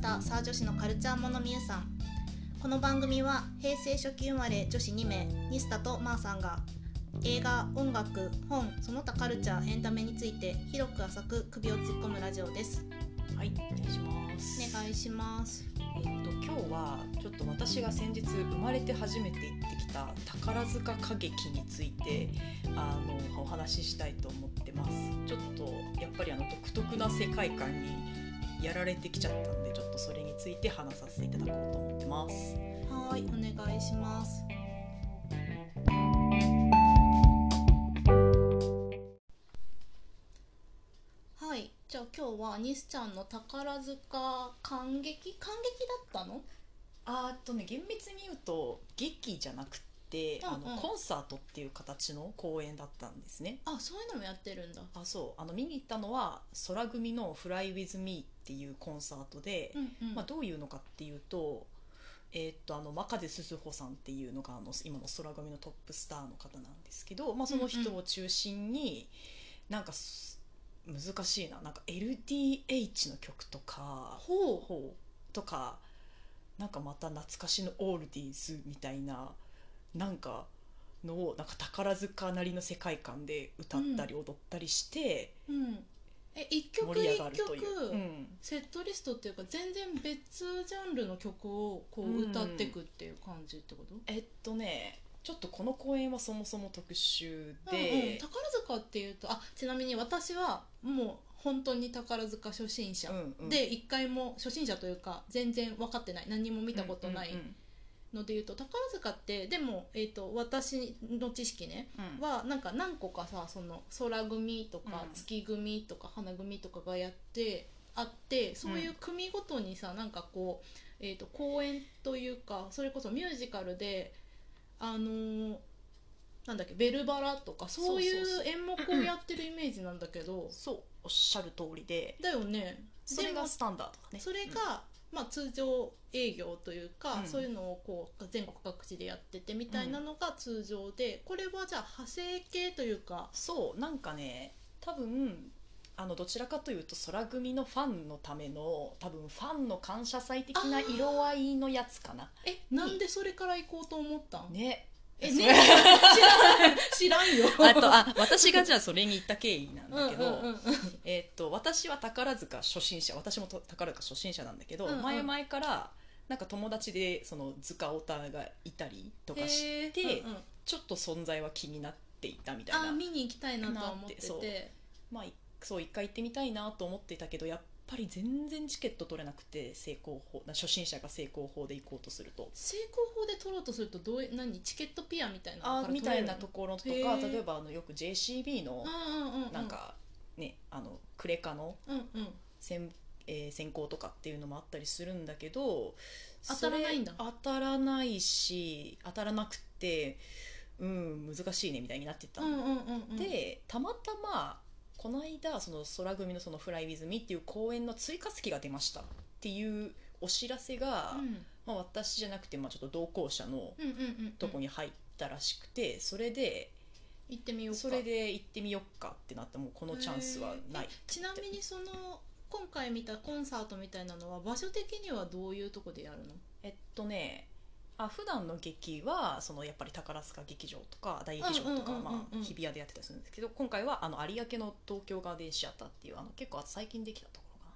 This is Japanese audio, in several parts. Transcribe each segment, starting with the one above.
た沢女子のカルチャーものみゆさんこの番組は平成初期生まれ女子2名ニスタとマーさんが映画音楽本その他カルチャーエンタメについて広く浅く首を突っ込むラジオですはい、お願いします。お願いしますえっと今日はちょっと私が先日生まれて初めて行ってきた宝塚歌劇についてあのお話ししたいと思ってます。ちょっとやっぱりあの独特な世界観にやられてきちゃったんで、ちょっとそれについて話させていただこうと思ってます。はーいお願いしますはいじゃあ今日はニスちゃんの宝塚感激感激だったのあーっとね厳密に言うと劇じゃなくて、あうんうのんコンサートっていう形の公演だったんですね。あそういうのもやってるんだあそうあの見に行ったのは空組の「Fly with Me」っていうコンサートで、うんうんまあ、どういうのかっていうと,、えーっとあの真風すすほさんっていうのがあの今の空組のトップスターの方なんですけど、まあ、その人を中心に、なんかす難しいななんか LDH の曲とかほうほうとかなんかまた懐かしのオールディーズみたいななんかのをなんか宝塚なりの世界観で歌ったり踊ったりしてうんえ一曲盛り上一が曲るという、うんセットリストっていうか全然別ジャンルの曲をこうんう歌ってくっていう感じってこと、えっとねちょっとこの公演はそもそも特集うんうんで、宝塚っていうとあちなみに私はもう本当に宝塚初心者、うんうんで一回も初心者というか全然分かってない何も見たことないうんので言うと、宝塚ってでも、えー、と私の知識ねうんうんはなんか何個かさその空組とかうん月組とか花組とかがやってあってそういう組ごとにさなんかこう、えー、と公演というかそれこそミュージカルであのーなんだっけベルバラとかそういうそうそう演目をやってるイメージなんだけどそうおっしゃる通りでだよねそれでもがスタンダードだねそれが、まあ、通常営業というか、うんそういうのをこう全国各地でやっててみたいなのが通常で、これはじゃあ派生系というかそうなんかね多分あのどちらかというと空組のファンのための多分ファンの感謝祭的な色合いのやつかなえなんでそれから行こうと思ったん、ねえそね れ知らんよあとあ私がじゃあそれに行った経緯なんうんうんだけうど、んうんえーっと私は宝塚初心者私もと宝塚初心者なんだけど、うんうん前々からなんか友達でその塚オタがいたりとかして、へーうんうんちょっと存在は気になっていたみたいあなー見に行きたいなとは思ってなっててまあ、いそう一回行ってみたいなと思っていたけどやっぱり全然チケット取れなくて成功法な初心者が成功法で行こうとすると。成功法で取ろうとするとどうい何チケットピアみたいなのあからみ取たれいるのなところとかへ例ーえばあのよく JCB のうんうんうんうなんか、ねあのクレカのうんうん選,、えー選考とかっていうのもあったりするんだけど当たらないんだそれ当たらないし当たらなくてうん難しいねみたいになってったうのんうんうんうんでたまたまこの間その空組の「そのフライウィズミっていう公演の追加席が出ましたっていうお知らせが、うんまあ、私じゃなくて、まあ、ちょっと同行者のうんうんうんうんとこに入ったらしくて、それで行ってみようかそれで行ってみよっかってなってもうこのチャンスはないへーえちなみにその今回見たコンサートみたいなのは場所的にはどういうとこでやるのえっとねあ普段の劇はそのやっぱり宝塚劇場とか大劇場とか、うんうんうんうんまあ、日比谷でやってたりするんですけど今回はあの有明の東京ガーデンシアターっていうあの結構最近できたところかな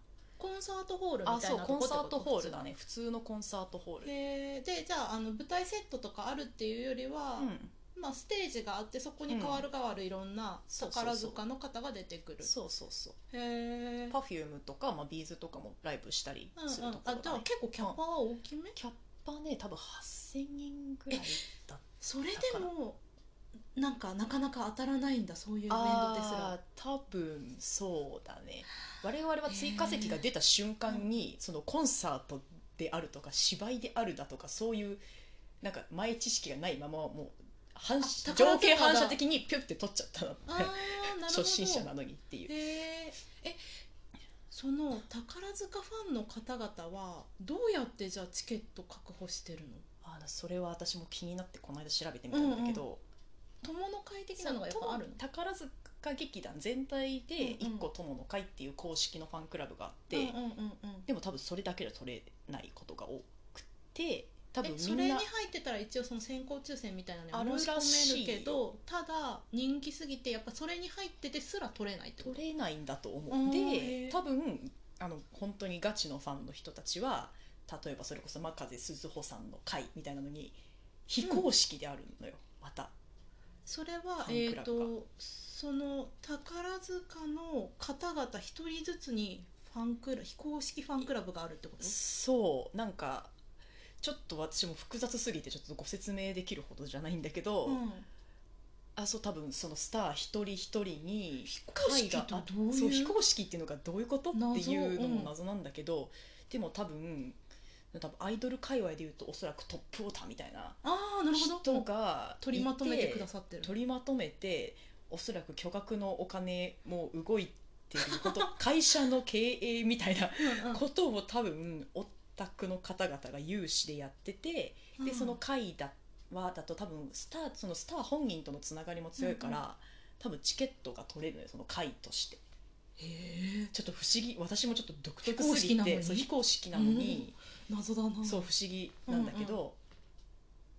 コンサートホールみあたそいうなとこコンってサことートホールだね普通のコンサートホール、へーでじゃああの舞台セットとかあるっていうよりは、うん、まあ、ステージがあってそこに変わる変わるいろんなそうそうそう宝塚の方が出てくる、そうそうそうへえ、うんうん、あ Perfume とか、まあ、ビーズとかもライブしたりするところじゃだ、あね結構キャパは大きめキャッパね多分8000人ぐらいだっそれでもなんかなかなか当たらないんだそういうイベンたトですら多分そうだね我々は追加席が出た瞬間にそのコンサートであるとか芝居であるだとかそういうなんか前知識がないままもう反射あ宝条塚だ件反射的にピュッて取っちゃったのあーなるほど初心者なのにっていうへええその宝塚ファンの方々はどうやってじゃあチケット確保してるのあのそれは私も気になってこの間調べてみたんだけど、友の会的なのがやっぱあるの宝塚歌劇団全体でうんうん一個友の会っていう公式のファンクラブがあって、うんうんうんうんでも多分それだけでは取れないことが多くて多分えみそんれにな入ってたら一応その先行抽選みたいなあのるにら申しいし込めるけどただ人気すぎてやっぱそれに入っててすら取れないってこと取れないんだと思うんへうでー多分あの本当にガチのファンの人たちは例えばそれこそ真風鈴穂さんの会みたいなのに非公式であるのよ、またそれはファえンっ、クラブがとその宝塚の方々一人ずつにファンクラ非公式ファンクラブがあるってことそうなんかちょっと私も複雑すぎてちょっとご説明できるほどじゃないんだけど、うん、あそう多分そのスター一人一人に公式って会があどういうそう非公式っていうのがどういうことっていうのも謎謎なんだけど、でも多分多分アイドル界隈でいうとおそらくトップオーターみたいなああなるほど人が取りまとめてくだささってる取りまとめておそらく巨額のお金も動いてる こと会社の経営みたいなうんうんことを多分オタクの方々が有志でやってて、でその会だはだと多分スターそのスター本人とのつながりも強いから、うん多分チケットが取れるのよその会としてへえちょっと不思議私もちょっと独特非公す式ぎなのてにそう非公式なのに、謎だなそう不思議なんだけど、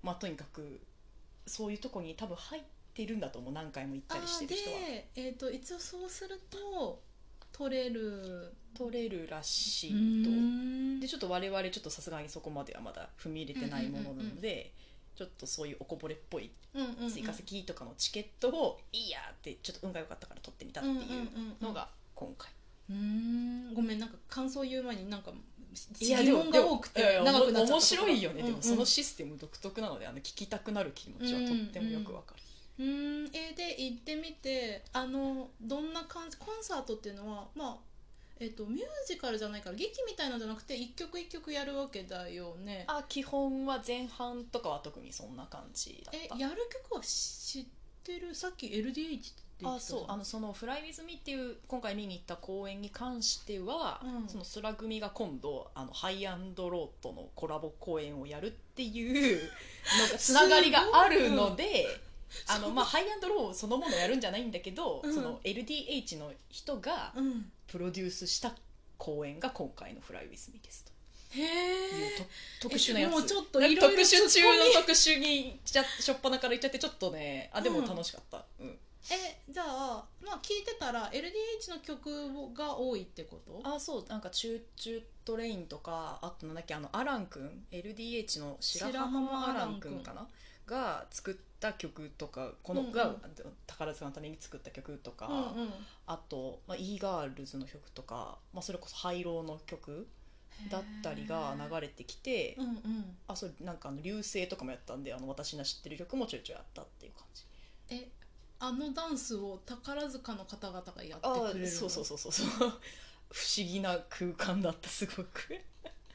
まあとにかくそういうとこに多分入ってるんだと思う何回も行っあたりしてる人ーはで、えー、と一応そうすると取れる取れるらしういとーんでちょっと我々ちょっとさすがにそこまではまだ踏み入れてないものなので、ちょっとそういうおこぼれっぽいうんうんうん追加席とかのチケットを「いいや!」ってちょっと運が良かったから取ってみたっていうのが今回、うんうんうんうんごめんなんか感想言う前になんかいや疑問が多くいやいてや長くなっちゃった面白いよね、でうんうもんそのシステム独特なのであの聞きたくなる気持ちはとってもよくわかる、うーんえーで行ってみてあのどんな感じコンサートっていうのはまあえっ、とミュージカルじゃないから劇みたいなのじゃなくて一曲一曲やるわけだよねあ基本は前半とかは特にそんな感じだえったやる曲は知ってるさっき LDH って言ってたあそうあのその「フライウィズミっていう今回見に行った公演に関しては、うんその空組が今度あのハイアンドローとのコラボ公演をやるっていうのがつながりがあるので。あのまあ、ハイアンドローそのものやるんじゃないんだけど、うんその LDH の人がうんプロデュースした公演が今回の「フライウィズミですへというとえ特殊なやつもうちょっとなんいかろいろ特殊中の特殊にじゃしょっぱなから言っちゃってちょっとねあでも楽しかった、うん、えじゃあまあ聞いてたら LDH の曲が多いってことあそうなんか「チューチュートレイン」とかあとなんだっけあのアランくん LDH の白浜アランくんかなが作った曲とかこの、うんうんが宝塚のために作った曲とか、うんうんあと、まあ、e ガールズの曲とか、まあ、それこそ「廃炉」の曲だったりが流れてきて、うんうんあそうなんかあの流星とかもやったんであの私の知ってる曲もちょいちょいあったっていう感じえあのダンスを宝塚の方々がやってあくれるのそうそうそうそうそう 不思議な空間だったすごく へ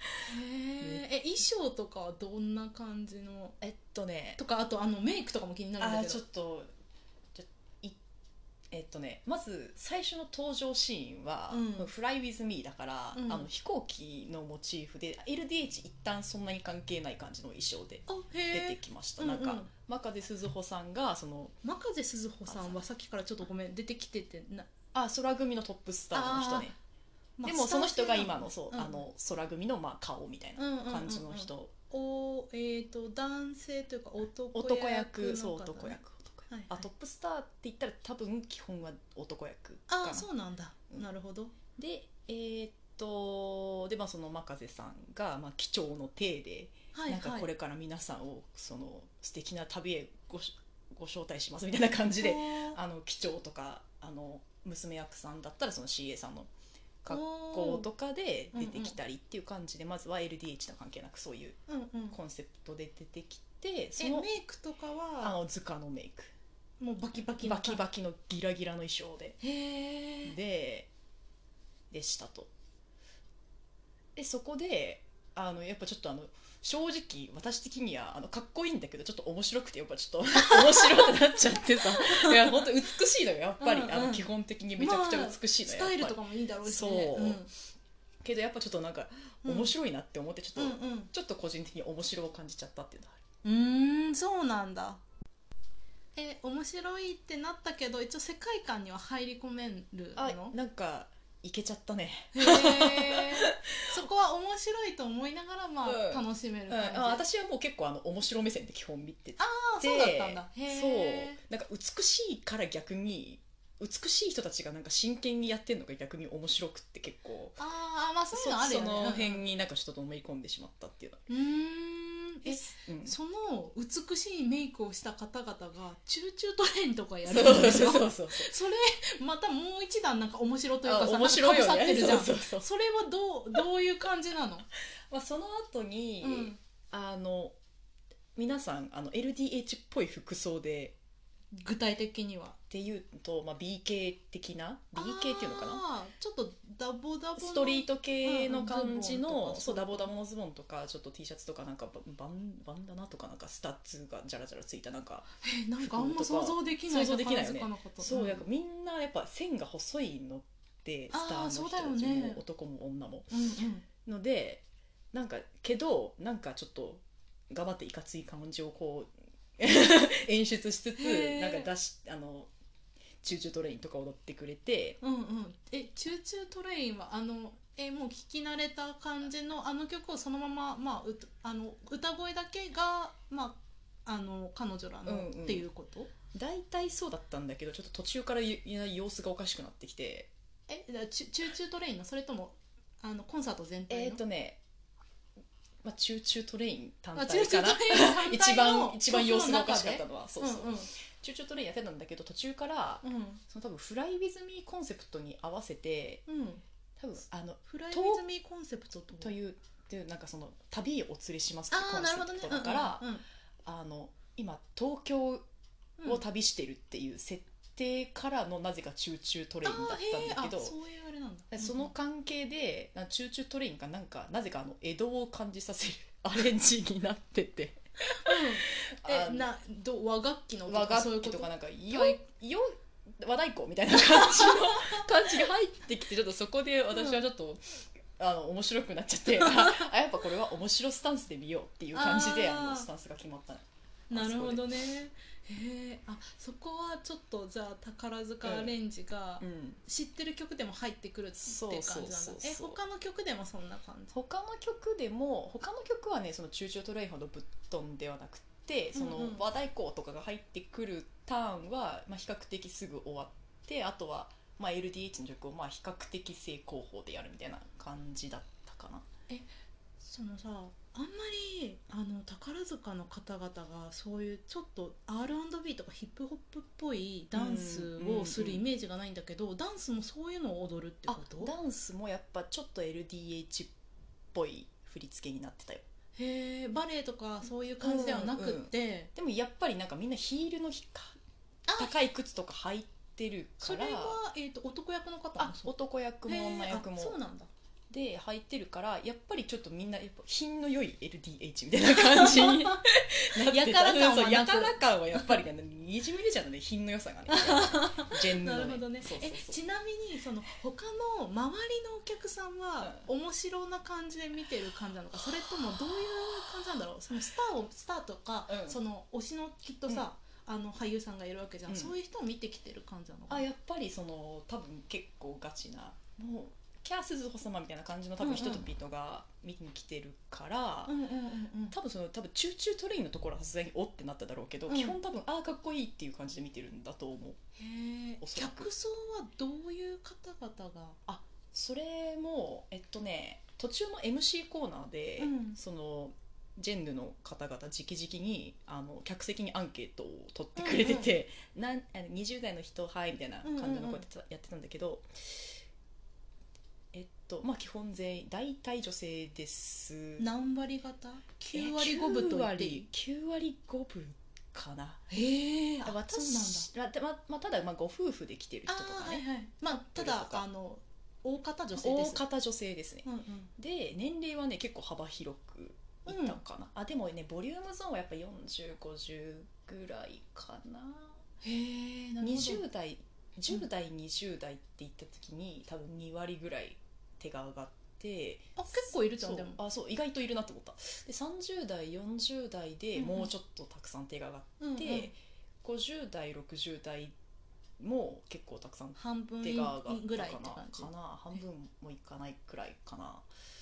ーえ衣装とかはどんな感じのえっとねとかあとあのメイクとかも気になるんあだーけちょっどとちょいえっとねまず最初の登場シーンはうん「フライ・ウィズ・ミー」だから、うんあの飛行機のモチーフで LDH 一旦そんなに関係ない感じの衣装であ出へてえきました、うんなんか、うん真壁鈴穂さんがその真風鈴穂さんはさっきからちょっとごめん出てきててな、あ空組のトップスターの人ねまあでもその人が今のスそう、うんあの空組のまあ顔みたいターな性なの感じの人、うんうんうんおえっ、と男性というか男役男役そのう方男役男ね役、はいはいあトップスターって言ったら多分基本は男役かなああそうなんだ、うんなるほどでえーっとでまあその真風さんが、まあ、機長の体で、はいはいなんかこれから皆さんをその素敵な旅へごしご招待しますみたいな感じでああの機長とかあの娘役さんだったらその CA さんのー格好とかで出てきたりっていう感じで、まずは LDH とは関係なくそういううんうんコンセプトで出てきてそえメのイクとかあはの図鑑のメイク。もうバキバキのバキバキのギラギラの衣装でへえででしたとでそこであのやっぱちょっとあの正直私的にはあのかっこいいんだけどちょっと面白くてやっぱちょっと 面白くなっちゃってさいや本当美しいのよやっぱり、うんうんあの基本的にめちゃくちゃ美しいのスよ、タイやルっぱとりかもいいだろうしねそうけどやっぱちょっとなんかうん面白いなって思ってちょっと、うんうんちょっと個人的に面白を感じちゃったっていうのはあうるーんそうなんだえ面白いってなったけど一応世界観には入り込めるあのなんかいけちゃったね、へえそこは面白いと思いながらまあ、うん楽しめるうん、感じ、あ私はもう結構あの面白目線で基本見ててあそうだったんだへそうえなんか美しいから逆に美しい人たちがなんか真剣にやってるのが逆に面白くって結構ああまあそういうのあるそよねの辺になんかちょっとのめり込んでしまったっていうのはうんうーんえうんその美しいメイクをした方々がチューチュートレインとかやそるうんでしそょうそうそうそれまたもう一段なんか面白というあかさ面白いよなんか被ねさってるじゃんそうそうそう、それはどうどういう感じなの、まあ、その後に、うんあの皆さんあの LDH っぽい服装で具体的にはっていうと、まあ、BK 的な BK っていうのかなあーちょっとダボダボのストリート系の感じうんうんズボンとのかそうダボダボのズボンとかちょっと T シャツとかなんかババンバンダナとかなんかスタッツがジャラジャラついたなんかえなんかあんま想像できない想像できないよ宝ね塚のことそううんやっぱみんなやっぱ線が細いのってスターあのー人そうただよちねも男も女もうんうんのでなんかけどなんかちょっと頑張っていかつい感じをこう 演出しつへつーなんか出しあのチューチュートレインとか踊ってくれてうんうんえチューチュートレインはあのえもう聞き慣れた感じのあの曲をそのまままあうあの歌声だけがまああの彼女らの、うんうんっていうこと大体そうだったんだけどちょっと途中からい様子がおかしくなってきてえだからチュチューチュートレインのそれともあのコンサート全体のえっ、とね、まあ、チューチュートレイン単あ体チューチュかーなトレイン単体の 一番一番様子がおかしかった曲のはそうのそう、中でチューチュートレインやってたんだけど途中からうんうんその多分「フライ・ウィズ・ミー」コンセプトに合わせてうんうん多分あのフライズミーコンセプトとというというなんかその旅へお連れしますってあコあンなるほどセねプトだから、うんうんあの今東京うんを旅してるっていう設定からのなぜかチューチュートレインだったんだけあーへーあど。そういうあれなんだその関係でなんかチューチュートレインがなんかなぜかあの江戸を感じさせるアレンジになっててうんうんあえのなど和楽器の音和そういう楽こと器とかなんかよはいよ和太鼓みたいな感じの感じが入ってきてちょっとそこで私はちょっと、あの面白くなっちゃってあやっぱこれは面白スタンスで見ようっていう感じであーあのスタンスが決まったのなるほどねへえあそこはちょっとじゃあ宝塚アレンジがうん、知ってる曲でも入ってくるってそう感じなんだそうそうそうえ他の曲でもそんな感じ他の曲でも他の曲はねそのチューチュートレインほどぶっ飛んではなくてそうんのうん和太鼓とかが入ってくるターンは、まあ、比較的すぐ終わってあとは、まあ、LDH の曲をまあ比較的正攻法でやるみたいな感じだったかな。そのさあんまりあの宝塚の方々がそういうちょっと R&B とかヒップホップっぽいダンスをするイメージがないんだけど、ダンスもそういうのを踊るってこあとダンスもやっぱちょっと LDH っぽい振り付けになってたよへえバレエとかそういう感じではなくって、でもやっぱりなんかみんなヒールのひかあ高い靴とか履いてるかそれらは、えー、と男役の方あもそう男役も女役へもーあそうなんだで履いてるからやっぱりちょっとみんなやっぱ品の良い LDH みたいな感じ になってたやから感はなくそうやから感はやっぱりねにじみ出ちゃうのね品の良さがね ジェンヌなのるほどねそうそうえそうちなみにその他の周りのお客さんは面白な感じで見てる感じなのかそれともどういう感じなんだろうそのスターをスターとか、うんその推しのきっとさ、あの俳優さんがいるわけじゃん、うんそういう人を見てきてる感じなのかあやっぱりその多分結構ガチなもうキャースズホ様みたいな感じの多うんう分ん人と人が見に来てるから、うんうんうんうん多分その多分チューチュートレインのところはさすがにおってなっただろうけど、うん基本多分ああかっこいいっていう感じで見てるんだと思うへえおそらく客層はどういう方々がそれもえっとね途中の MC コーナーで、うんそのジェンヌの方々直々にあの客席にアンケートを取ってくれてて、なんあの20代の人はいみたいな感じのこうやってたやってたんだけど、えっとまあ基本全員大体女性です何割方 ?9 割5分と言っていい9割5分かなへえあ私まあまあただ、まあ、ご夫婦で来てる人とあかーはいねはいまあた人だとかあの大方女性で大す方女性ですねうんうんで年齢はね結構幅広くいたかな、あでもねボリュームゾーンはやっぱ4050ぐらいかなへえなるほど20代10代、20代って言った時に多分2割ぐらい手が上がってあ結構いるじゃそんうでもあそう意外といるなと思ったで30代40代でうんうんもうちょっとたくさん手が上がって、うんうん50代60代も結構たくさん半分手が上がぐっらいたってかな感じかな半分もいかないくらいかな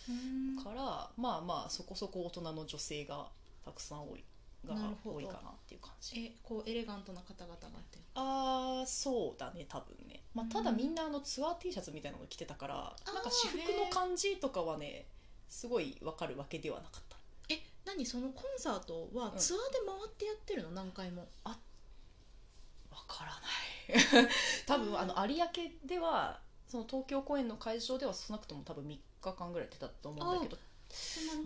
うんからまあまあそこそこ大人の女性がたくさん多いがなるほど多いかなっていう感じえこうエレガントな方々がってあーそうだね多分ね、まあ、ただうんみんなあのツアー T シャツみたいなの着てたからあーなんか私服の感じとかはねすごいわかるわけではなかったえ何そのコンサートはうんツアーで回ってやってるの何回もわからない 多分あの有明ではその東京公演の会場では少なくとも多分3日間ぐらいやってたと思うんだけど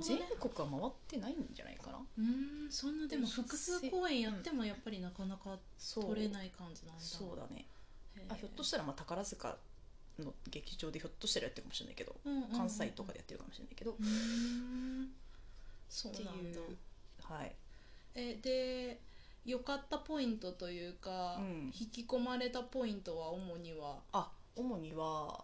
全国は回ってないんじゃないかなうんそんなでも複数公演やってもやっぱりなかなかそう取れない感じなんだそうだねへーあひょっとしたらまあ宝塚の劇場でひょっとしたらやってるかもしれないけどうんうんうんうん関西とかでやってるかもしれないけど、うーんそうっなていんだうはいえで良かったポイントというか、うん引き込まれたポイントは主にはあ主には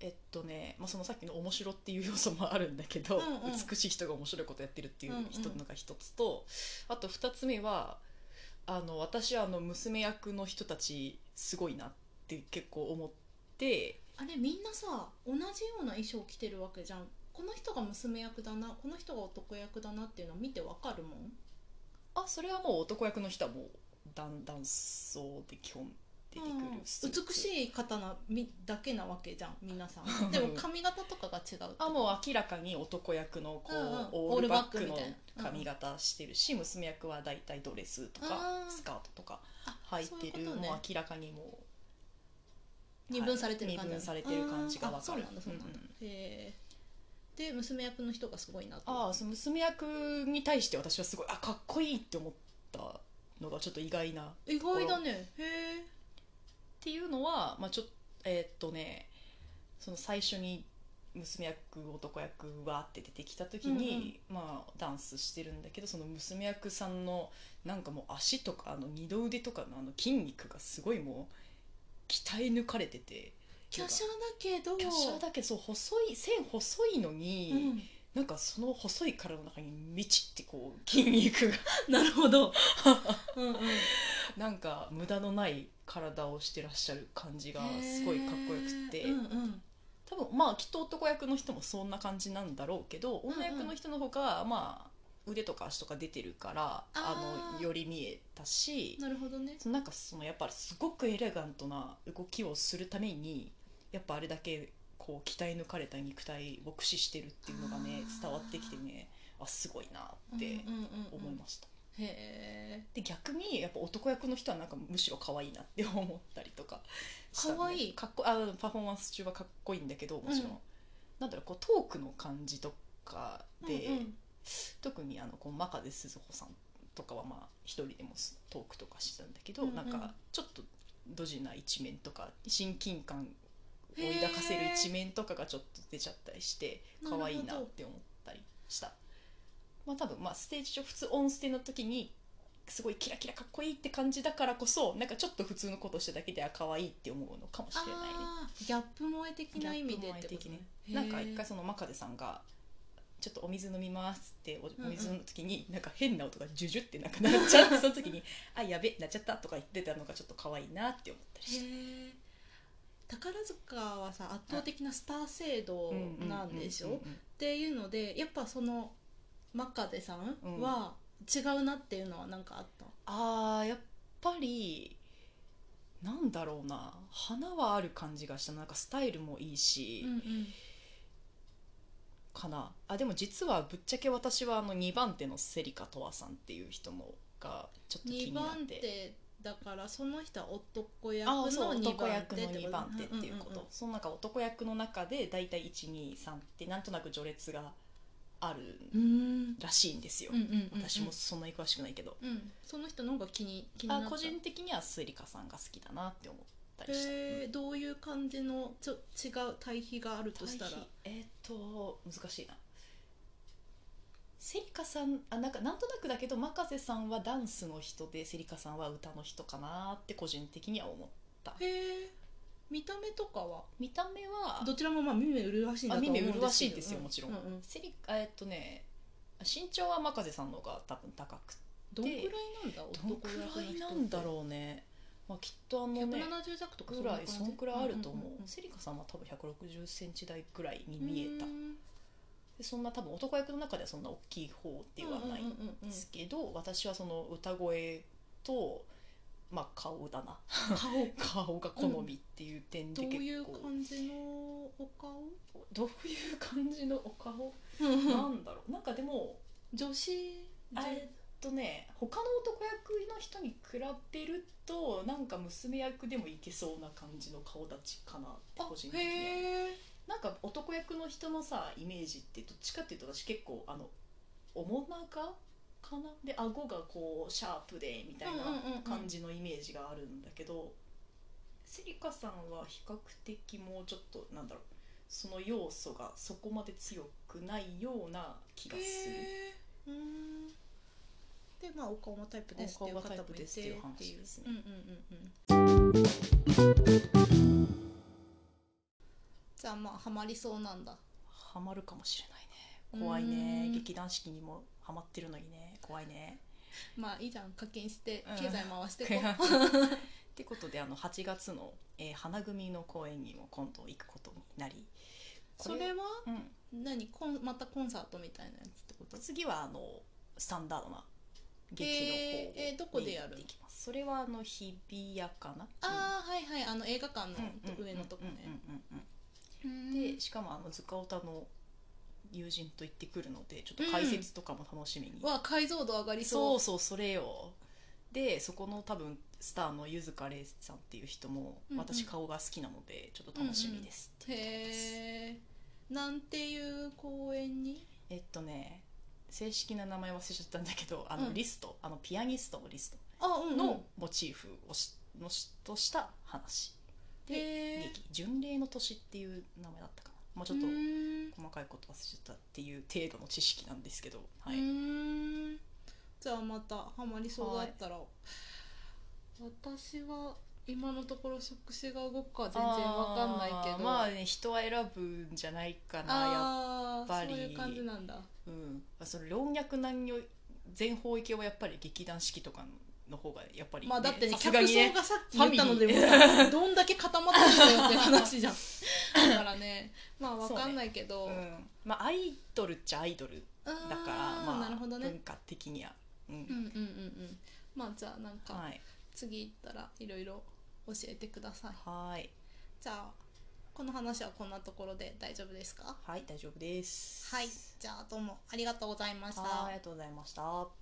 えっとね、まあ、そのさっきの面白っていう要素もあるんだけど、うんうん美しい人が面白いことやってるっていううんうん人のが一つと、あと二つ目はあの私はあの娘役の人たちすごいなって結構思ってあれみんなさ同じような衣装着てるわけじゃんこの人が娘役だなこの人が男役だなっていうの見てわかるもんあそれはもう男役の人はもうだんだんそうで基本出てくるうんスーツ美しい方なみだけなわけじゃん皆さんでも髪型とかが違うってあもう明らかに男役のこう、うんうんオールバックオールバックみのたいなうん髪型してるし、娘役はだいたいドレスとかあースカートとかあ履いてるそういうことねもう明らかにもう二分されてる感じ、はい二分されてる感じがわかあーあそうるなんだそうなんだ、うんへえで娘役の人がすごいなとああその娘役に対して私はすごいあかっこいいって思ったのがちょっと意外なっ意外だねへえていうのは、まあ、ちょっとえーっとねその最初に娘役男役わーって出てきた時に、まあ、ダンスしてるんだけどその娘役さんのなんかもう足とかあの二の腕とかのあの筋肉がすごいもう鍛え抜かれてて華奢だけど華奢だけどそう細い線細いのに。うんなんかその細い体の中にみちってこう 筋肉がなるほどうんうん なんか無駄のない体をしてらっしゃる感じがすごいかっこよくて、へーうんうん多分まあきっと男役の人もそんな感じなんだろうけどんうん女役の人の方がまあ腕とか足とか出てるからあーあのより見えたしなるほどねそのなんかそのやっぱりすごくエレガントな動きをするためにやっぱあれだけこう鍛え抜かれた肉体を駆使してるっていうのがねあー伝わってきてねあすごいなってうんうんうんうん思いました。へえで逆にやっぱ男役の人はなんかむしろ可愛いなって思ったりとかしたんで可愛いかっこあパフォーマンス中はかっこいいんだけどもちろん、うんなんだろうこうトークの感じとかで、うんうん特にあのこう真壁鈴穂さんとかはまあ一人でもすトークとかしてたんだけど、うんうんなんかちょっとドジな一面とか親近感を抱かせる一面とかがちょっと出ちゃったりしてへー可愛いななるほっどて思ったりした。まあ多分まあステージ上普通オンステの時にすごいキラキラかっこいいって感じだからこそなんかちょっと普通のことしただけでは可愛いって思うのかもしれないね。あーギャップ萌え的な意味でってことねへーなんか一回その真壁さんが「ちょっとお水飲みます」っておお水の時になんか変な音がジュジュってなんか鳴っち ゃってその時に「あやべ鳴っちゃった」とか言ってたのがちょっと可愛いなって思ったりしてへえ宝塚はさ圧倒的なスター制度なんでしょ、うんうっんうんうんていうのでやっぱその真壁さんは違うなっていうのはなんかあった、あーやっぱりなんだろうな花はある感じがしたなんかスタイルもいいし、かなあでも実はぶっちゃけ私はあの2番手のセリカとわさんっていう人のがちょっと気2になっ番て。手だからその人は男役あのあそう2男番役手のって2こと番手っていうこと、うんうんうんその中男役の中で大体123ってなんとなく序列があるうんらしいんですよ、うんうんうんうん私もそんなに詳しくないけど、うんその人の方が気に気になったあ個人的にはスリカさんが好きだなって思ったりした、へえどういう感じのちょ違う対比があるとしたら対比えーっ、と難しいなセリカさんあなんかなんとなくだけどマカセさんはダンスの人でセリカさんは歌の人かなって個人的には思うへえ見た目とかは見た目はどちらもまあ耳麗しいなとは思うんですけどあ耳麗しいですよもちろんうんうんセリあえっとね身長はマカゼさんの方が多分高くどんくらいなんだどの男く役らの人いなんだろうね、まあ、きっとあのね170弱とかぐらいそんくらいあると思う,、うんうんうんセリカさんは多分160センチ台ぐらいにうん見えたうんでそんな多分男役の中ではそんな大きい方って言わないうんんうんうんうんですけど、私はその歌声とまあ顔だな 顔顔が好みっていう点どでう結構、いう感じのお顔どういう感じのお顔なんだろうなんかでも女子あえっとね他の男役の人に比べるとなんか娘役でもいけそうな感じの顔立ちかなってあ個人的にはへえなんか男役の人のさイメージってどっちかっていうと私結構あのおもなかかなで顎がこうシャープでみたいな感じのイメージがあるんだけど、セリカさんは比較的もうちょっとなんだろうその要素がそこまで強くないような気がする。へーうんでまあお顔もタイプですっていうお顔が方タイプもいてでっすてっいていうう話ですねうんうんうんうんじゃあまあハマりそうなんだハマるかもしれないね怖いねうん劇団四季にもハマってるのにね怖いね。まあいいじゃん課金してうん経済回 してこう、ってことであの8月の、えー花組の公演にも今度行くことになり それはうん、何コンまたコンサートみたいなやつってこと次はあのスタンダードな劇の方えーえーどこでやるに行ってきますそれはあの日比谷かなああはいはいあの映画館のうんうん上のとこねうんうんうんうんうんでしかもあの塚尾田の友人と行ってくるのでちょっと解説とかも楽しみに、わ解像度上がりそそううそうそれよでそこの多分スターの柚塚玲さんっていう人も、うんうん私顔が好きなのでちょっと楽しみですっていうところです、へえなんていう公園にえっとね正式な名前忘れちゃったんだけどあの、うんリストあのピアニストのリスあうんトうんのモチーフをしのしとした話でへえ劇「巡礼の年」っていう名前だったかなもうちょっと細かいこと忘れちゃったっていう程度の知識なんですけど、はうい、ーんじゃあまたハマりそうだったら、私は今のところ職種が動くかは全然わかんないけあーどまあね人は選ぶんじゃないかなやっあーぱりそういう感じなんだうん、その老若男女全方位系はやっぱり劇団四季とかの方がやっぱり、まあだってねさすが客に層ねがさっき言ったのでもさ どんだけ固まってるんだよって話じゃんだから ねまあわかんないけど、うんまあ、アイドルっちゃアイドルだだからまあなるほどね文化的には、うんうんうんうんうんまあじゃあなんかはい次行ったらいろいろ教えてくださいはーいじゃあこの話はこんなところで大丈夫ですかはい大丈夫ですはいじゃあどうもありがとうございましたはいありがとうございました